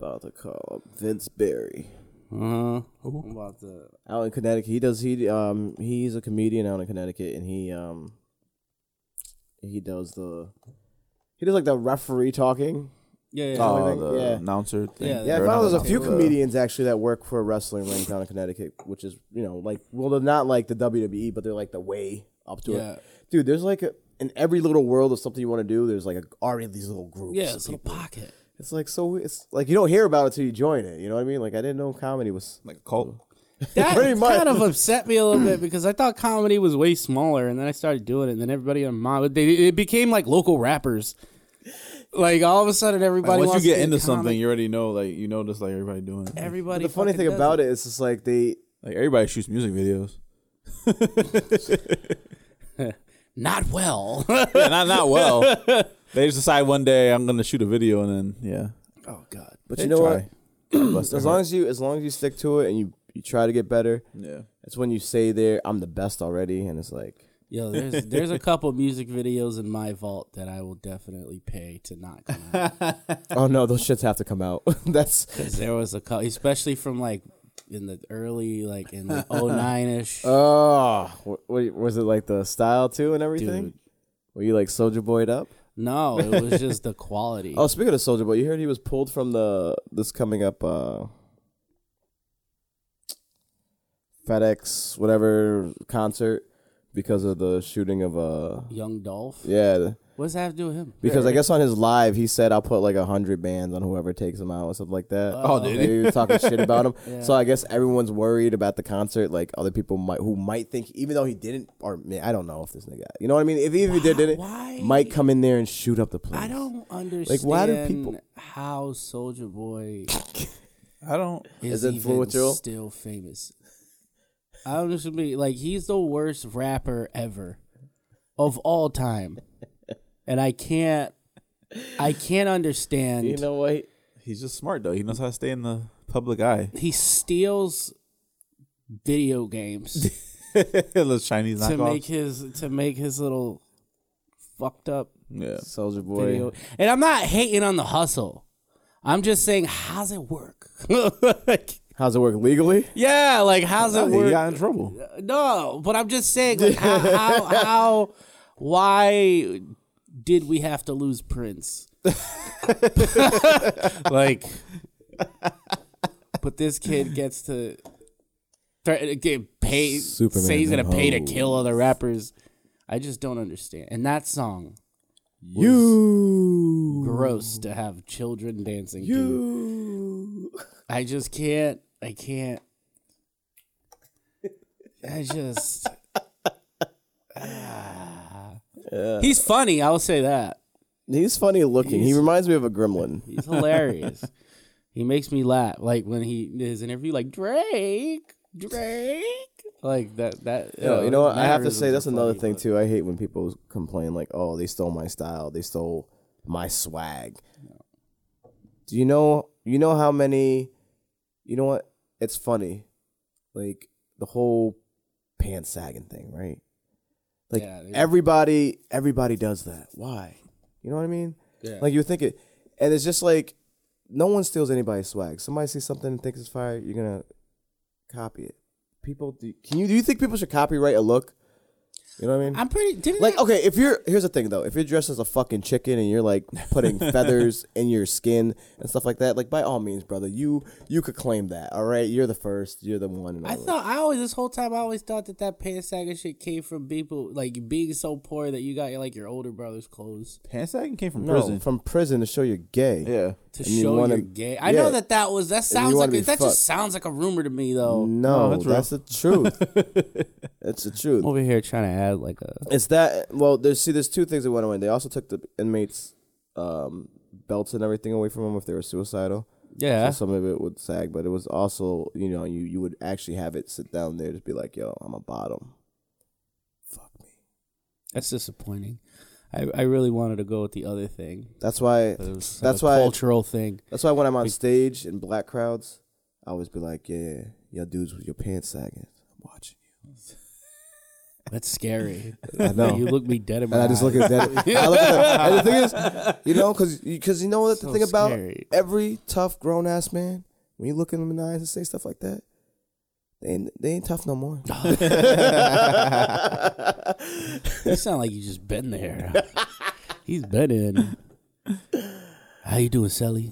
S4: About to call up Vince Barry
S2: Uh-huh. I'm about to
S4: out in Connecticut. He does he um he's a comedian out in Connecticut, and he um he does the he does like the referee talking.
S2: Yeah, yeah.
S1: Oh,
S4: think-
S1: the
S4: yeah.
S1: announcer thing.
S2: Yeah,
S4: Yeah, I
S1: Or
S4: found
S1: not
S4: there's a
S1: announcer,
S4: few
S1: the-
S4: comedians actually that work for a wrestling ring down in Connecticut, which is you know like well they're not like the WWE, but they're like the way up to
S2: Yeah.
S4: it. Dude, there's like a, in every little world of something you want to do, there's like a, already these little groups.
S2: yeah,
S4: of
S2: it's in a
S4: people.
S2: pocket.
S4: it's like so it's like you don't hear about it till you join it. You know what I mean? Like I didn't know comedy was.
S1: Like a cult.
S2: That
S4: Pretty much.
S2: kind of upset me a little bit because I thought comedy was way smaller, and then I started doing it, and then everybody on my they it became like local rappers. Like all of a sudden, everybody
S1: Once
S2: wants
S1: you
S2: to
S1: get
S2: be a
S1: into
S2: comic.
S1: something, you already know. Like you know, just like everybody doing. it.
S2: Everybody.
S4: The funny thing about it is just like they
S1: Like everybody shoots music videos.
S2: not
S4: <laughs>
S2: well.
S1: Yeah, not not <laughs> well. they just decide one day I'm gonna shoot a video and then yeah.
S2: oh God.
S4: But
S1: They
S4: you know
S1: try.
S4: <clears throat>
S1: God bless
S4: what?
S1: their
S4: As long
S1: heart.
S4: as you as long as you stick to it and you you try to get better,
S1: yeah.
S4: that's when you say there I'm the best already, and it's <laughs> like
S2: Yo, there's there's a couple music videos in my vault that I will definitely pay to not come out.
S4: oh no, those shits have to come out. <laughs> that's
S2: 'Cause there was a couple, especially from like in the early like in
S4: <laughs>
S2: like 09 ish.
S4: oh, wh- wh- was it like the style too and everything?
S2: Dude.
S4: Were you like Soldier Boyed up?
S2: No, it was just the quality.
S4: Oh, speaking of Soldier Boy, you heard he was pulled from the this coming up uh FedEx whatever concert because of the shooting of uh
S2: Young Dolph.
S4: yeah. the-
S2: What does that have to do with him?
S4: Because I guess on his live he said I'll put like a hundred bands on whoever takes him out or something like that.
S2: Oh,
S4: did he? was talking shit about
S2: <laughs>
S4: him. So I guess everyone's worried about the concert. Like other people might who might think even though he didn't or man, I don't know if this nigga you know what I mean. If even if he did it,
S2: Why-
S4: might come in there and shoot up the place.
S2: I don't understand.
S4: Like, why do people-
S2: how Soldier Boy
S1: <laughs> I don't.
S2: is,
S4: Is influential?
S2: even still famous? I don't understand. Like he's the worst rapper ever of all time, and I can't, I can't understand.
S4: You know what?
S1: He's just smart though. He knows how to stay in the public <laughs> eye.
S2: he steals video games
S1: Those Chinese
S2: to
S1: knockoffs.
S2: make his to make his little fucked up
S1: yeah.
S4: Soldier Boy.
S2: video. And I'm not hating on the hustle. I'm just saying, how's it work? <laughs> Like,
S4: How's it work legally?
S2: yeah, like how's it
S1: He
S2: work?
S1: got in trouble.
S2: No, but I'm just saying, like, how, how, how, why did we have to lose
S4: <laughs>
S2: Prince? like, but this kid gets to thre- get paid.
S4: Superman
S2: say he's gonna
S4: them
S2: pay to
S4: hoes.
S2: kill other rappers. I just don't understand. And that song,
S4: You.
S2: gross to have children dancing. to.
S4: You.
S2: I just can't. I can't. I
S4: <laughs>
S2: just. ah. He's funny. I'll say that.
S4: He's funny looking. he
S2: He's-
S4: reminds me of a gremlin.
S2: He's
S4: <laughs>
S2: hilarious. he makes me laugh. Like when he his interview, like Drake, Drake, like that. That uh,
S4: No, you know what? I have to
S2: mannerisms
S4: say that's
S2: are
S4: another
S2: funny,
S4: thing
S2: but-
S4: too. I hate when people complain like, "Oh, they stole my style. They stole my swag." Do you know? You know how many? You know what? It's funny, like the whole pants sagging thing, right? Like
S2: Yeah, they-
S4: everybody, everybody does that. Why? You know what I mean?
S2: Yeah.
S4: Like you would think it, and it's just like no one steals anybody's swag. Somebody sees something and thinks it's fire, you're gonna copy it. People, do, can you do you think people should copyright a look? You know what I mean?
S2: I'm pretty. Didn't
S4: like,
S2: I-
S4: okay, if you're here's the thing though, if you're dressed as a fucking chicken and you're like
S1: <laughs>
S4: putting feathers in your skin and stuff like that, like by all means, brother, you you could claim that. All right, you're the first, you're the one. and
S2: I
S4: all that.
S2: thought I always this whole time I always thought that that pants sagging shit came from people like being so poor that you got like your older brother's clothes.
S1: Hansagging came from
S4: no,
S1: prison.
S4: from prison to show you're gay.
S1: yeah. <laughs>
S2: to
S4: and you
S2: show
S4: wanna-
S2: you're gay. I
S4: yeah.
S2: know that that was that sounds like
S4: wanna
S2: a,
S4: be
S2: that
S4: fucked.
S2: just sounds like a rumor to me though.
S4: No,
S1: that's real.
S4: that's, the truth.
S1: <laughs>
S4: that's the truth.
S2: Over here trying to add like a
S4: It's that well. There's see. There's two things that went away. They also took the inmates' um, belts and everything away from them if they were suicidal.
S2: yeah.
S4: So some of it would sag, but it was also you know you you would actually have it sit down there just be like, yo, I'm a bottom. Fuck me.
S2: That's disappointing. I, I really wanted to go with the other thing.
S4: That's why.
S2: But it was
S4: That's
S2: a
S4: why-
S2: cultural thing.
S4: That's why when I'm on stage in black crowds, I always be like, yeah, y'all dudes with your pants sagging. I'm
S2: <laughs>
S4: watching
S2: That's
S4: <laughs>
S2: scary.
S4: you. I know.
S2: you look me dead in my
S4: And I just look
S2: eyes.
S4: at
S2: <laughs>
S4: that. I look at that. And the thing is, you know, because you know what the
S2: So
S4: thing about
S2: scary.
S4: every tough grown ass man, when you look in them in the eyes and say stuff like that, they ain't, they ain't tough
S2: <laughs>
S4: no more.
S2: You sound like you just been there. <laughs> He's been in. How you doing,
S4: <laughs>
S2: Sally?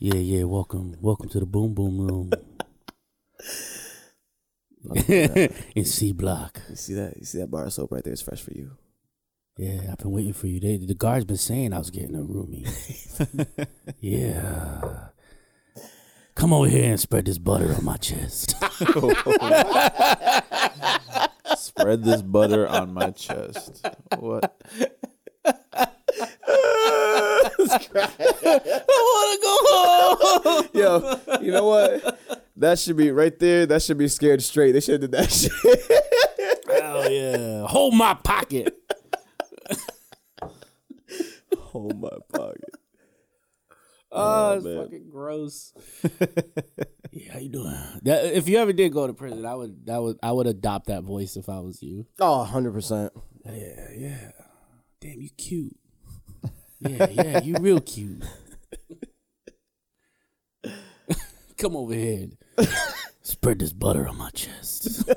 S2: yeah, yeah. Welcome, welcome to the Boom Boom
S4: <laughs>
S2: Room. <laughs> in C Block.
S4: you see that? You see that bar of soap right there? It's fresh for you.
S2: Yeah, I've been waiting for you. They, the guard's been saying I was getting a roomie. yeah. Come over here and spread this butter on my chest.
S1: Spread this butter on my chest. What?
S4: Yo, you know what? That should be right there. That should be scared straight. They should have did that <laughs> shit.
S2: Hell yeah. Hold my pocket.
S4: Hold my pocket.
S2: Oh, it's fucking gross. yeah, how you doing? That, if you ever did go to prison, I would that would I would adopt that voice if I was you.
S4: Oh, 100%.
S2: Yeah, yeah. Damn, you cute. Yeah, yeah, you real cute. <laughs> Come over here. and Spread this butter on my <laughs> chest.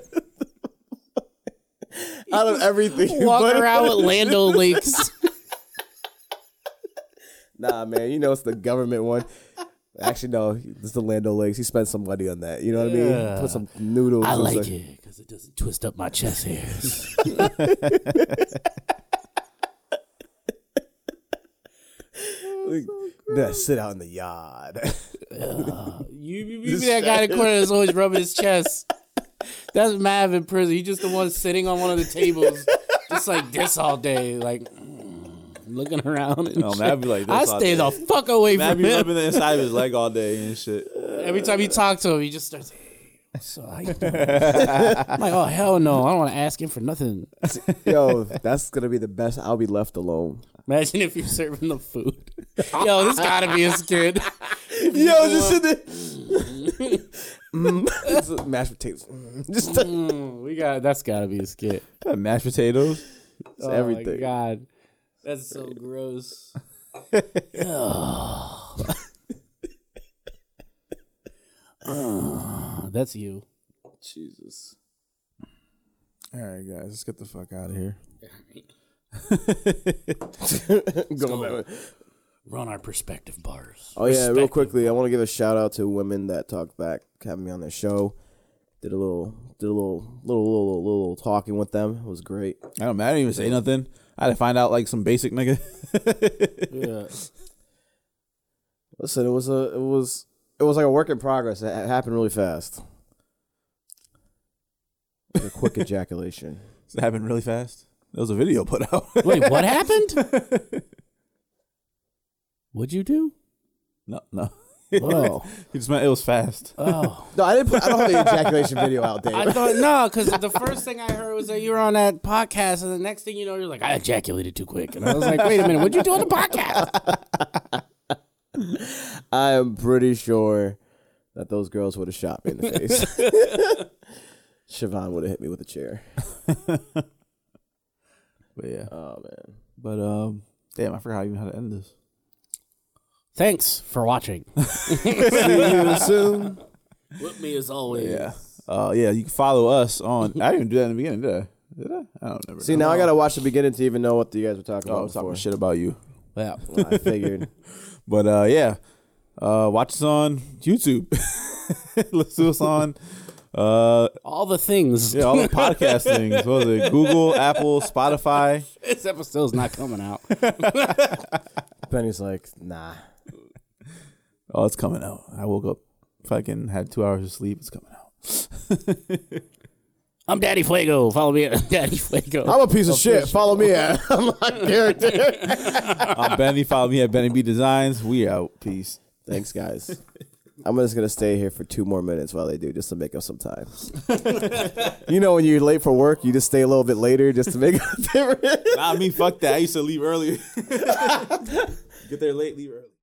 S4: Out of everything.
S2: Walk
S4: but-
S2: around with <laughs> Lando leaks.
S4: Nah, man, you know it's the government one. Actually, no, it's the Lando Lakes. He spent some money on that. You know what I
S2: Yeah.
S4: mean? Put some noodles.
S2: I
S4: and
S2: like
S4: stuff.
S2: it because it doesn't twist up my chest hairs.
S4: Then I sit out in the yard.
S2: you you, you be that guy in the corner that's always rubbing his chest. That's Mav in prison. He's just the one sitting on one of the tables, just like this all day, like mm, looking around. And
S1: No,
S2: shit.
S1: Mav be like this
S2: I
S1: all
S2: stay
S1: day.
S2: the fuck away
S1: Matt
S2: from
S1: be
S2: him.
S1: rubbing the inside of his leg all day and shit.
S2: Every time you talk to him, he just starts. "Hey, So how you doing?" <laughs> I'm like, oh hell no, I don't want to ask him for nothing.
S4: Yo, that's gonna be the best. I'll be left alone.
S2: Imagine if you're serving the food. Yo, this gotta be a skit. <laughs>
S4: <laughs> Yo, just sit there. Mm. <laughs> Just mashed potatoes. <laughs> Mm. Just
S2: Mm, we got that's gotta be a skit.
S1: Mashed potatoes.
S2: oh
S4: everything.
S2: my god, that's so gross. <sighs> Uh, That's you.
S4: Jesus.
S1: All right, guys, let's get the fuck out of here.
S4: Going back.
S2: Run our perspective bars.
S4: Oh yeah, real quickly, I want to give a shout out to women that talk back, having me on their show. Did a little, did a little, little, little, little, little talking with them. It was great.
S1: I don't matter. I didn't even say nothing. I had to find out like some basic <laughs> nigga.
S2: Yeah.
S4: Listen, it was a, it was, it was like a work in progress. It ha- happened really fast. Like a quick <laughs> ejaculation.
S1: it happened really fast. There was a video put out. <laughs>
S2: Wait, what happened? What'd you do?
S1: no, no.
S2: Whoa.
S1: He just meant <laughs> it was fast.
S2: Oh.
S4: No, I didn't. Put, I don't have the ejaculation video out, <laughs>
S2: <laughs>
S4: Dave.
S2: I thought no, because the first thing I heard was that you were on that podcast, and the next thing you know, you're like, I ejaculated too quick, and I was like, wait a minute, what'd you do on the podcast?
S4: I am pretty sure that those girls would have shot me in the face. <laughs> Siobhan would have hit me with a chair.
S1: But yeah.
S4: Oh man.
S1: But um, damn, I forgot even how to end this.
S2: <laughs> Thanks for watching.
S4: See you soon.
S2: With me as always.
S1: Yeah. Uh, yeah. You can follow us
S4: <laughs>
S1: on. I didn't do that in the beginning, did I? Did I? I don't remember.
S4: <laughs> See, now I gotta watch the beginning to even know what you guys were talking
S1: Oh, I
S4: about
S1: was talking
S4: before.
S1: shit about you.
S2: Yeah.
S4: I figured.
S1: But uh, yeah, uh, watch us on YouTube. <laughs> Listen to us on uh,
S2: All the things.
S1: yeah, all
S4: <laughs>
S1: the podcast things. What was it? Google, Apple, Spotify.
S2: <laughs> This episode's not coming out.
S4: <laughs> Benny's like, nah.
S1: Oh, it's coming out. I woke up fucking had two hours of sleep. It's coming out.
S2: I'm Daddy Fuego. Follow me at <laughs> Daddy Fuego.
S4: I'm a piece of shit. Follow me at <laughs> I'm my <laughs> character.
S1: I'm Benny. Follow me at Benny B Designs. We out. Peace.
S4: Thanks, guys. I'm just gonna stay here for two more minutes while they do, just to make up some time. you know, when you're late for work, you just stay a little bit later just to make up. <laughs>
S1: Nah, I mean, fuck that. I used to leave early. Get there late, leave early.